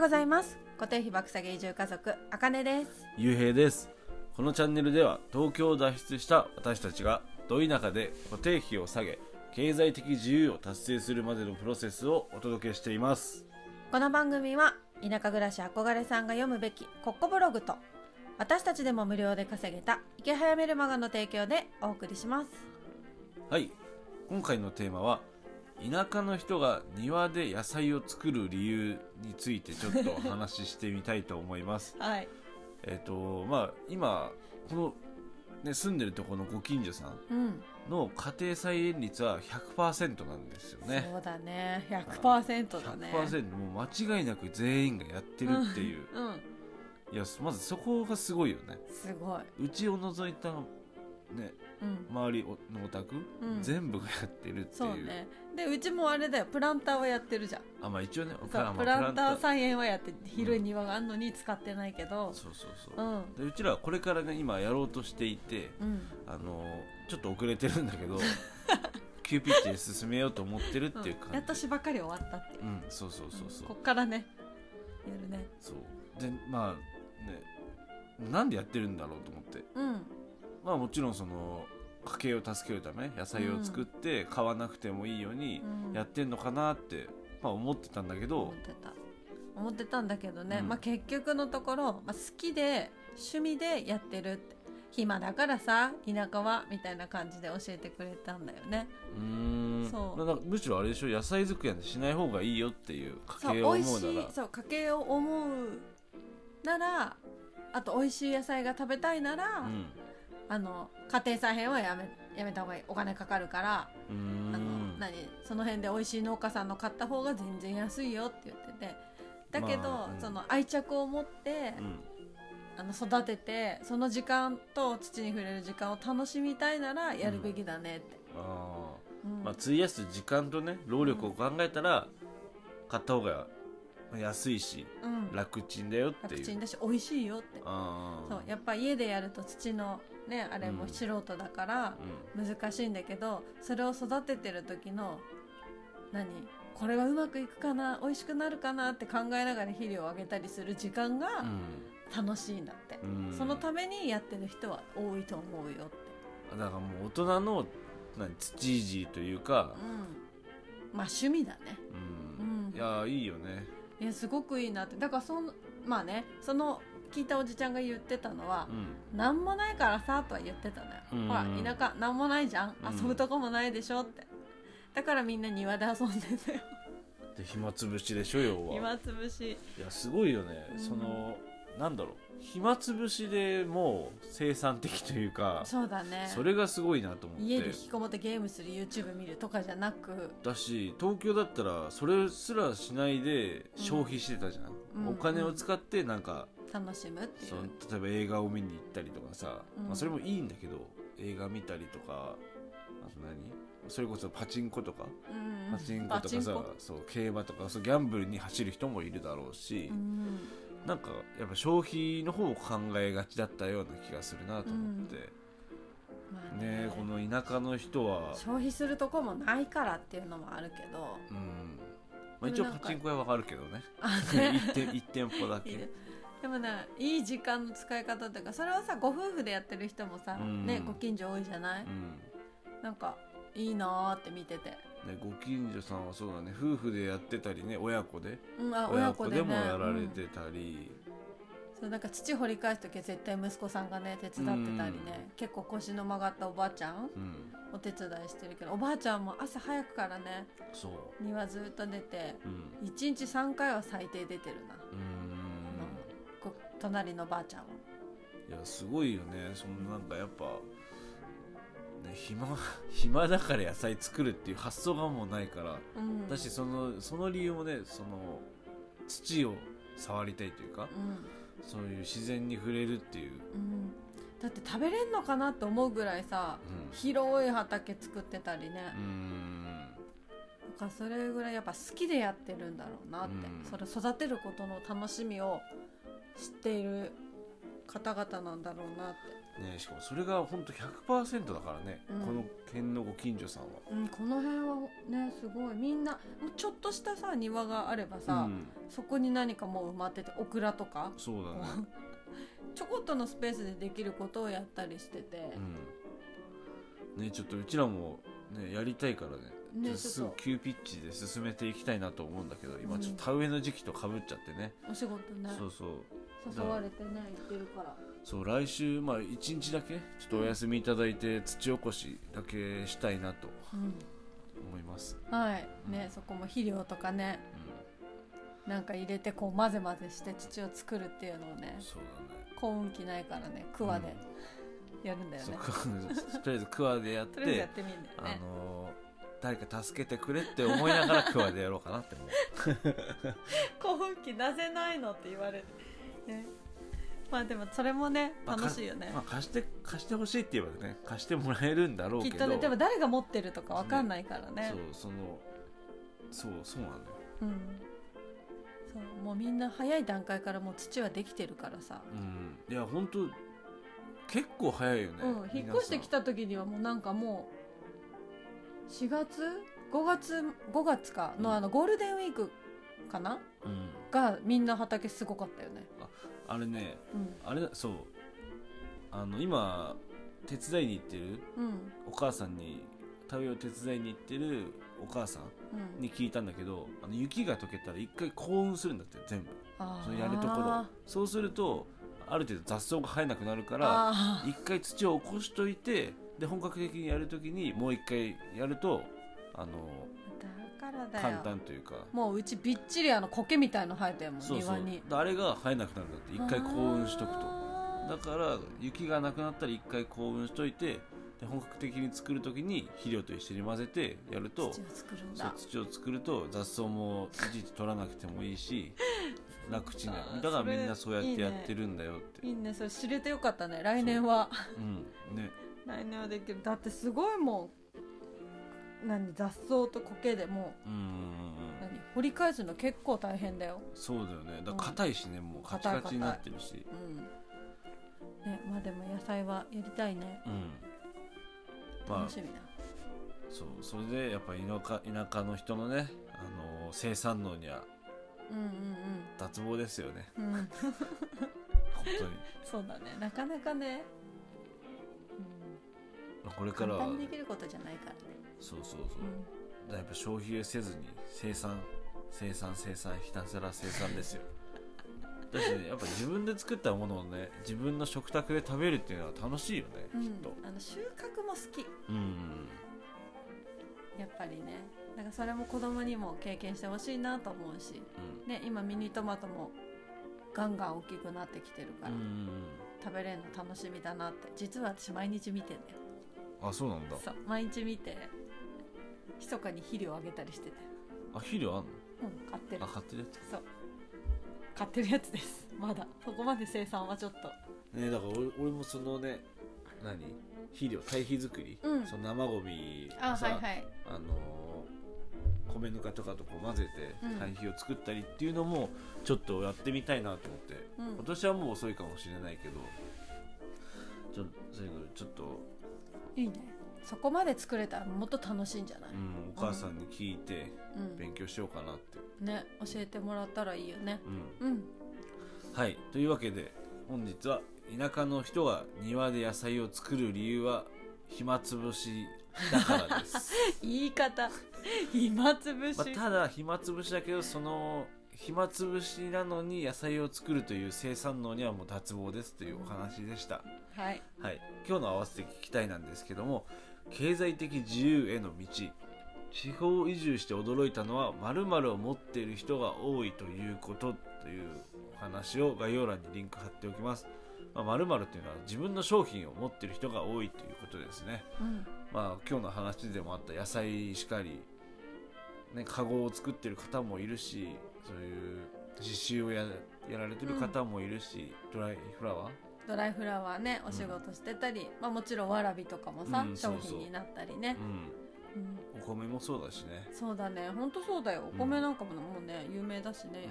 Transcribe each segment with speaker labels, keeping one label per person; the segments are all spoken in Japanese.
Speaker 1: ございます固定費爆下げ移住家族あかねです
Speaker 2: ゆうへいですこのチャンネルでは東京を脱出した私たちがど田舎で固定費を下げ経済的自由を達成するまでのプロセスをお届けしています
Speaker 1: この番組は田舎暮らし憧れさんが読むべきコッコブログと私たちでも無料で稼げた池早メルマガの提供でお送りします
Speaker 2: はい今回のテーマは田舎の人が庭で野菜を作る理由についてちょっとお話ししてみたいと思います
Speaker 1: はい
Speaker 2: えっとまあ今この、ね、住んでるとこのご近所さん
Speaker 1: うん、
Speaker 2: の家庭菜園率は100%なんですよね
Speaker 1: そうだね100%だね
Speaker 2: 100%もう間違いなく全員がやってるっていう、
Speaker 1: うん、うん、
Speaker 2: いやまずそこがすごいよね
Speaker 1: すごい、
Speaker 2: うちを除いた、ね、
Speaker 1: うん、
Speaker 2: 周りのお宅、
Speaker 1: うん
Speaker 2: 全部がやってるって
Speaker 1: そう
Speaker 2: いう
Speaker 1: ねでうちもあれだよプランターはやってるじゃん
Speaker 2: あまあ一応ね
Speaker 1: そ
Speaker 2: まあ
Speaker 1: うプランター
Speaker 2: プラ
Speaker 1: 菜園はやって広い庭があるのに使ってないけど
Speaker 2: そうそうそうう、
Speaker 1: ん
Speaker 2: でうちらはこれからね今やろうとしていて
Speaker 1: うん
Speaker 2: あのちょっと遅れてるんだ けど急ピッチで進めようと思ってるっていう感じ、
Speaker 1: うんやっとしばかり終わったっていう
Speaker 2: うんそうそうそうそう、
Speaker 1: こっからねやるね
Speaker 2: そうでまあねなんでやってるんだろうと思って
Speaker 1: うん
Speaker 2: まあもちろんその家計を助けるため野菜を作って買わなくてもいいように
Speaker 1: うん
Speaker 2: やってんのかなって、まあ、思ってたんだけど
Speaker 1: 思ってた思ってたんだけどね、
Speaker 2: うん
Speaker 1: まあ、結局のところ、まあ、好きで趣味でやってるって暇だからさ田舎はみたいな感じで教えてくれたんだよね
Speaker 2: うーん
Speaker 1: そう
Speaker 2: ななんかむしろあれでしょ野菜作りなんてしない方がいいよっていう家
Speaker 1: そう
Speaker 2: 計を
Speaker 1: 美味
Speaker 2: 思う
Speaker 1: し
Speaker 2: ないら
Speaker 1: そう家計を思うならあと美味しい野菜が食べたいなら、
Speaker 2: うん
Speaker 1: あの家庭菜園はやめやめた方がいいお金かかるから、
Speaker 2: うー
Speaker 1: あの
Speaker 2: ん
Speaker 1: 何その辺で美味しい農家さんの買った方が全然安いよって言っててだけど、
Speaker 2: まあうん
Speaker 1: その愛着を持って、
Speaker 2: うん
Speaker 1: あの育ててその時間と土に触れる時間を楽しみたいならやるべきだねって、
Speaker 2: あ
Speaker 1: うん
Speaker 2: ーまあ費やす時間とね労力を考えたら買った方が安いし
Speaker 1: うん
Speaker 2: 楽ちんだよって
Speaker 1: 楽
Speaker 2: いう
Speaker 1: ちんだし美味しいよって
Speaker 2: あー
Speaker 1: そうやっぱ家でやると土のねあれも素人だから
Speaker 2: う
Speaker 1: 難しいんだけど、それを育ててる時の何これはうまくいくかな美味しくなるかなって考えながら肥料をあげたりする時間が
Speaker 2: ん
Speaker 1: 楽しいんだって、
Speaker 2: うんうん
Speaker 1: そのためにやってる人は多いと思うよって、
Speaker 2: だからもう大人の何土いじりというか
Speaker 1: うん、まあ趣味だね
Speaker 2: うん
Speaker 1: うん
Speaker 2: いやーいいよね
Speaker 1: いやすごくいいなってだからそのまあねその聞いたおじちゃんが言ってたのは
Speaker 2: う、ん
Speaker 1: なん、何もないからさとは言ってたのよ、
Speaker 2: うん
Speaker 1: ほら田舎何もないじゃん、
Speaker 2: うん
Speaker 1: 遊ぶとこもないでしょってだからみんな庭で遊んでたよ
Speaker 2: で暇つぶしでしょ要は
Speaker 1: 暇つぶし
Speaker 2: いやすごいよね、
Speaker 1: うん
Speaker 2: そのなんだろう暇つぶしでもう生産的というか
Speaker 1: そうだね
Speaker 2: それがすごいなと思っ
Speaker 1: 家で
Speaker 2: て
Speaker 1: 引きこもってゲームする YouTube 見るとかじゃなく
Speaker 2: だし東京だったらそれすらしないで
Speaker 1: うん
Speaker 2: 消費してたじゃん、
Speaker 1: うん
Speaker 2: お金を使ってなんか、
Speaker 1: 楽しむってい
Speaker 2: そうの例えば映画を見に行ったりとかさ、
Speaker 1: うん
Speaker 2: まあ、それもいいんだけど映画見たりとかあと何それこそパチンコとか
Speaker 1: うんうん
Speaker 2: パチンコとかさ、そう競馬とかそうギャンブルに走る人もいるだろうし、
Speaker 1: うん
Speaker 2: なんかやっぱ消費の方を考えがちだったような気がするなと思って、
Speaker 1: まあ
Speaker 2: ねえこの田舎の人は、
Speaker 1: 消費するとこもないからっていうのもあるけど
Speaker 2: うんまあ、
Speaker 1: で
Speaker 2: 一
Speaker 1: も
Speaker 2: 応
Speaker 1: なんか
Speaker 2: パチンコ屋はあるけど ね
Speaker 1: あね
Speaker 2: 一店一店舗だけ
Speaker 1: いいねでもねいい時間の使い方というかそれをさご夫婦でやってる人もさ、
Speaker 2: うん
Speaker 1: ね、ご近所多いじゃない、
Speaker 2: うん
Speaker 1: なんかいいなーって見てて、
Speaker 2: ね、ご近所さんはそうだね夫婦でやってたりね親子で
Speaker 1: うん、あ
Speaker 2: 親
Speaker 1: 親子
Speaker 2: 子
Speaker 1: で,、ね、
Speaker 2: でもやられ
Speaker 1: うん
Speaker 2: てたり、
Speaker 1: そうなんか土掘り返す時は絶対息子さんがね手伝ってたりね、結構腰の曲がったおばあちゃん
Speaker 2: うん、
Speaker 1: お手伝いしてるけどおばあちゃんも朝早くからね
Speaker 2: そう
Speaker 1: 庭ずっと出て
Speaker 2: うん
Speaker 1: 1日3回は最低出てるな
Speaker 2: うーん
Speaker 1: こ隣のばあちゃんは。
Speaker 2: いやすごいよねそのなんかやっぱ、ね、暇 暇だから野菜作るっていう発想がもうないから
Speaker 1: うん
Speaker 2: だしそのその理由もねその土を触りたいというか
Speaker 1: うん
Speaker 2: そういう自然に触れるっていう、
Speaker 1: うん、だって食べれんのかなと思うぐらいさ
Speaker 2: うん
Speaker 1: 広い畑作ってたりね
Speaker 2: うー、ん
Speaker 1: なんかそれぐらいやっぱ好きでやってるんだろうなって、
Speaker 2: うん
Speaker 1: それ育てることの楽しみを知っている方々なんだろうなって
Speaker 2: ね、しかもそれが本当100%だからね、
Speaker 1: うん
Speaker 2: この県のご近所さんは。
Speaker 1: うん、この辺はねすごいみんなもうちょっとしたさ庭があればさ、
Speaker 2: うん、
Speaker 1: そこに何かもう埋まっててオクラとか
Speaker 2: そうだね、
Speaker 1: ちょこっとのスペースでできることをやったりしてて、
Speaker 2: うん、ねちょっとうちらも、ね、やりたいからね
Speaker 1: ね
Speaker 2: ちょっと
Speaker 1: ち
Speaker 2: す
Speaker 1: ょ
Speaker 2: ぐ
Speaker 1: っと
Speaker 2: 急ピッチで進めていきたいなと思うんだけど
Speaker 1: う
Speaker 2: 今
Speaker 1: ん
Speaker 2: ちょっと田植えの時期とかぶっちゃってね、
Speaker 1: お仕事ね
Speaker 2: そうそう
Speaker 1: 誘われてね行ってるから
Speaker 2: そう来週まあ1日だけちょっとお休みいただいて土起こしだけしたいなと
Speaker 1: う
Speaker 2: 思います、
Speaker 1: んはいね
Speaker 2: うん
Speaker 1: そこも肥料とかね
Speaker 2: う
Speaker 1: なんか入れてこう混ぜ混ぜして土を作るっていうのをね
Speaker 2: ん、そうだね
Speaker 1: 幸運期ないからね桑でやるんだよ
Speaker 2: そ
Speaker 1: ね
Speaker 2: う、 かとりあえずクワでやっ
Speaker 1: とりあえずや
Speaker 2: て
Speaker 1: ってみるんだよ
Speaker 2: あ
Speaker 1: ね
Speaker 2: のー誰か助けてくれって思いながらクワでやろうかなって思う
Speaker 1: 興奮期なぜないのって言われる、ね、まあでもそれもね
Speaker 2: まあ
Speaker 1: 楽しいよね、
Speaker 2: まあ、貸して貸してほしいって言えばね貸してもらえるんだろう
Speaker 1: き
Speaker 2: け
Speaker 1: っ
Speaker 2: ど
Speaker 1: とねでも誰が持ってるとかわかんないからね
Speaker 2: そうそのそうそうなんだよ、
Speaker 1: うんそうもうみんな早い段階からもう土はできてるからさ、
Speaker 2: うん、いや本当結構早いよね、
Speaker 1: うん、引っ越してきた時にはもうなんかもう4月5月5月かの、
Speaker 2: うん
Speaker 1: あのゴールデンウィークかな
Speaker 2: 皆さん、うん、
Speaker 1: がみんな畑すごかったよね、
Speaker 2: あれね
Speaker 1: うん
Speaker 2: あれだそうあの今手伝いに行ってる
Speaker 1: うん
Speaker 2: お母さんに田植えを手伝いに行ってるお母さん
Speaker 1: うん、
Speaker 2: に聞いたんだけどあの雪が溶けたら一回幸運するんだって全部
Speaker 1: あー
Speaker 2: そのやるところ
Speaker 1: あ
Speaker 2: そうするとある程度雑草が生えなくなるから
Speaker 1: あ
Speaker 2: 一回土を起こしといてで本格的にやるときにもう一回やるとあの
Speaker 1: だからだよ
Speaker 2: 簡単というか
Speaker 1: もううちびっちりあの苔みたいの生えてるもん
Speaker 2: そうそう
Speaker 1: 庭に
Speaker 2: であれが生えなくなるんだって一回幸運しとくと
Speaker 1: あー
Speaker 2: だから雪がなくなったら一回幸運しといてで本格的に作るときに肥料と一緒に混ぜてやると
Speaker 1: 土を作るん
Speaker 2: そう
Speaker 1: だ
Speaker 2: 土を作ると雑草もいちいち取らなくてもいいし 楽ちんだよ
Speaker 1: あー
Speaker 2: だから
Speaker 1: それ
Speaker 2: みんなそうやっ
Speaker 1: いい
Speaker 2: て
Speaker 1: ね
Speaker 2: やってるんだよって
Speaker 1: いいねそれ知れてよかったね来年は
Speaker 2: うんね
Speaker 1: 来年はできるだってすごいもん何雑草と苔でも
Speaker 2: うんうん
Speaker 1: う
Speaker 2: うん
Speaker 1: 何掘り返すの結構大変だよ
Speaker 2: そうだよねだから硬いしねもうカチカチになってるし
Speaker 1: うんねまあでも野菜はやりたいね
Speaker 2: うんま
Speaker 1: 楽
Speaker 2: あ
Speaker 1: しみだ、
Speaker 2: そうそれでやっぱ田舎田舎の人のね、あのー生産能には
Speaker 1: うん
Speaker 2: 脱帽ですよね
Speaker 1: うんうん うん
Speaker 2: 本
Speaker 1: そうだねなかなかね、
Speaker 2: 当にこれ
Speaker 1: うん、
Speaker 2: から
Speaker 1: 簡
Speaker 2: は
Speaker 1: 単にできることじゃないからね、
Speaker 2: そうそうそう
Speaker 1: うん
Speaker 2: だからやっぱ消費せずに生産生産生産ひたすら生産ですよだしねやっぱ自分で作ったものをね自分の食卓で食べるっていうのは楽しいよね、
Speaker 1: うん
Speaker 2: きっと
Speaker 1: あの収穫も好き
Speaker 2: うん
Speaker 1: やっぱりねなんかそれも子供にも経験してほしいなと思うし、
Speaker 2: うん
Speaker 1: ね、今ミニトマトもガンガン大きくなってきてるから、
Speaker 2: うん
Speaker 1: 食べれるの楽しみだなって実は私毎日見てね
Speaker 2: あそうなんだ
Speaker 1: そう毎日見て密かに肥料あげたりしてて
Speaker 2: あ肥料あんの
Speaker 1: うん買ってる
Speaker 2: あ買ってるやつ
Speaker 1: そう買ってるやつですまだそこまで生産はちょっと
Speaker 2: ねだから俺俺もそのね何肥料堆肥作り、
Speaker 1: うん
Speaker 2: その生ゴミをさ、
Speaker 1: い
Speaker 2: あのー米ぬかとかとこう混ぜて
Speaker 1: うん
Speaker 2: 堆肥を作ったりっていうのもちょっとやってみたいなと思って、
Speaker 1: うん
Speaker 2: 今年はもう遅いかもしれないけどちょそういうのちょっと、
Speaker 1: いいねそこまで作れたらもっと楽しいんじゃない、
Speaker 2: うん、お母さんに聞いて
Speaker 1: うん
Speaker 2: 勉強しようかなって、
Speaker 1: ね教えてもらったらいいよね
Speaker 2: うん、
Speaker 1: うん
Speaker 2: はいというわけで本日は田舎の人が庭で野菜を作る理由は暇つぶしだから です
Speaker 1: 言い方暇つぶし、
Speaker 2: まあ、ただ暇つぶしだけどその暇つぶしなのに野菜を作るという生産能にはもう脱帽ですというお話でした、
Speaker 1: はい
Speaker 2: はい、今日の合わせて聞きたいなんですけども経済的自由への道地方移住して驚いたのは〇〇を持っている人が多いということというお話を概要欄にリンク貼っておきます、まあ、〇〇というのは自分の商品を持っている人が多いということですね
Speaker 1: うん
Speaker 2: まあ、今日の話でもあった野菜しかり、ね、カゴを作ってる方もいるしそういう刺繍をややられてる方もいるし、ドライフラワー
Speaker 1: ドライフラワーねお仕事してたり、まあ、もちろんわらびとかもさ、
Speaker 2: うん
Speaker 1: 商
Speaker 2: そうそう
Speaker 1: 品になったりね、うん
Speaker 2: うん、お米もそうだしね
Speaker 1: そうだねほんとそうだよお米なんかももうね有名だしね
Speaker 2: うん
Speaker 1: 山形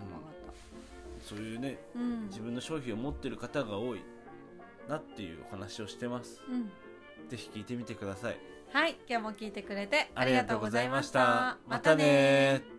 Speaker 2: そういうね
Speaker 1: うん、
Speaker 2: 自分の商品を持ってる方が多いなっていうお話をしてます
Speaker 1: うん
Speaker 2: ぜひ聞いてみてください
Speaker 1: はい今日も聞いてくれてあ
Speaker 2: あ
Speaker 1: り
Speaker 2: り
Speaker 1: がと
Speaker 2: がと
Speaker 1: う
Speaker 2: う
Speaker 1: ご
Speaker 2: ご
Speaker 1: ざ
Speaker 2: ざ
Speaker 1: い
Speaker 2: い
Speaker 1: ま
Speaker 2: ま
Speaker 1: し
Speaker 2: したた。
Speaker 1: またね
Speaker 2: またね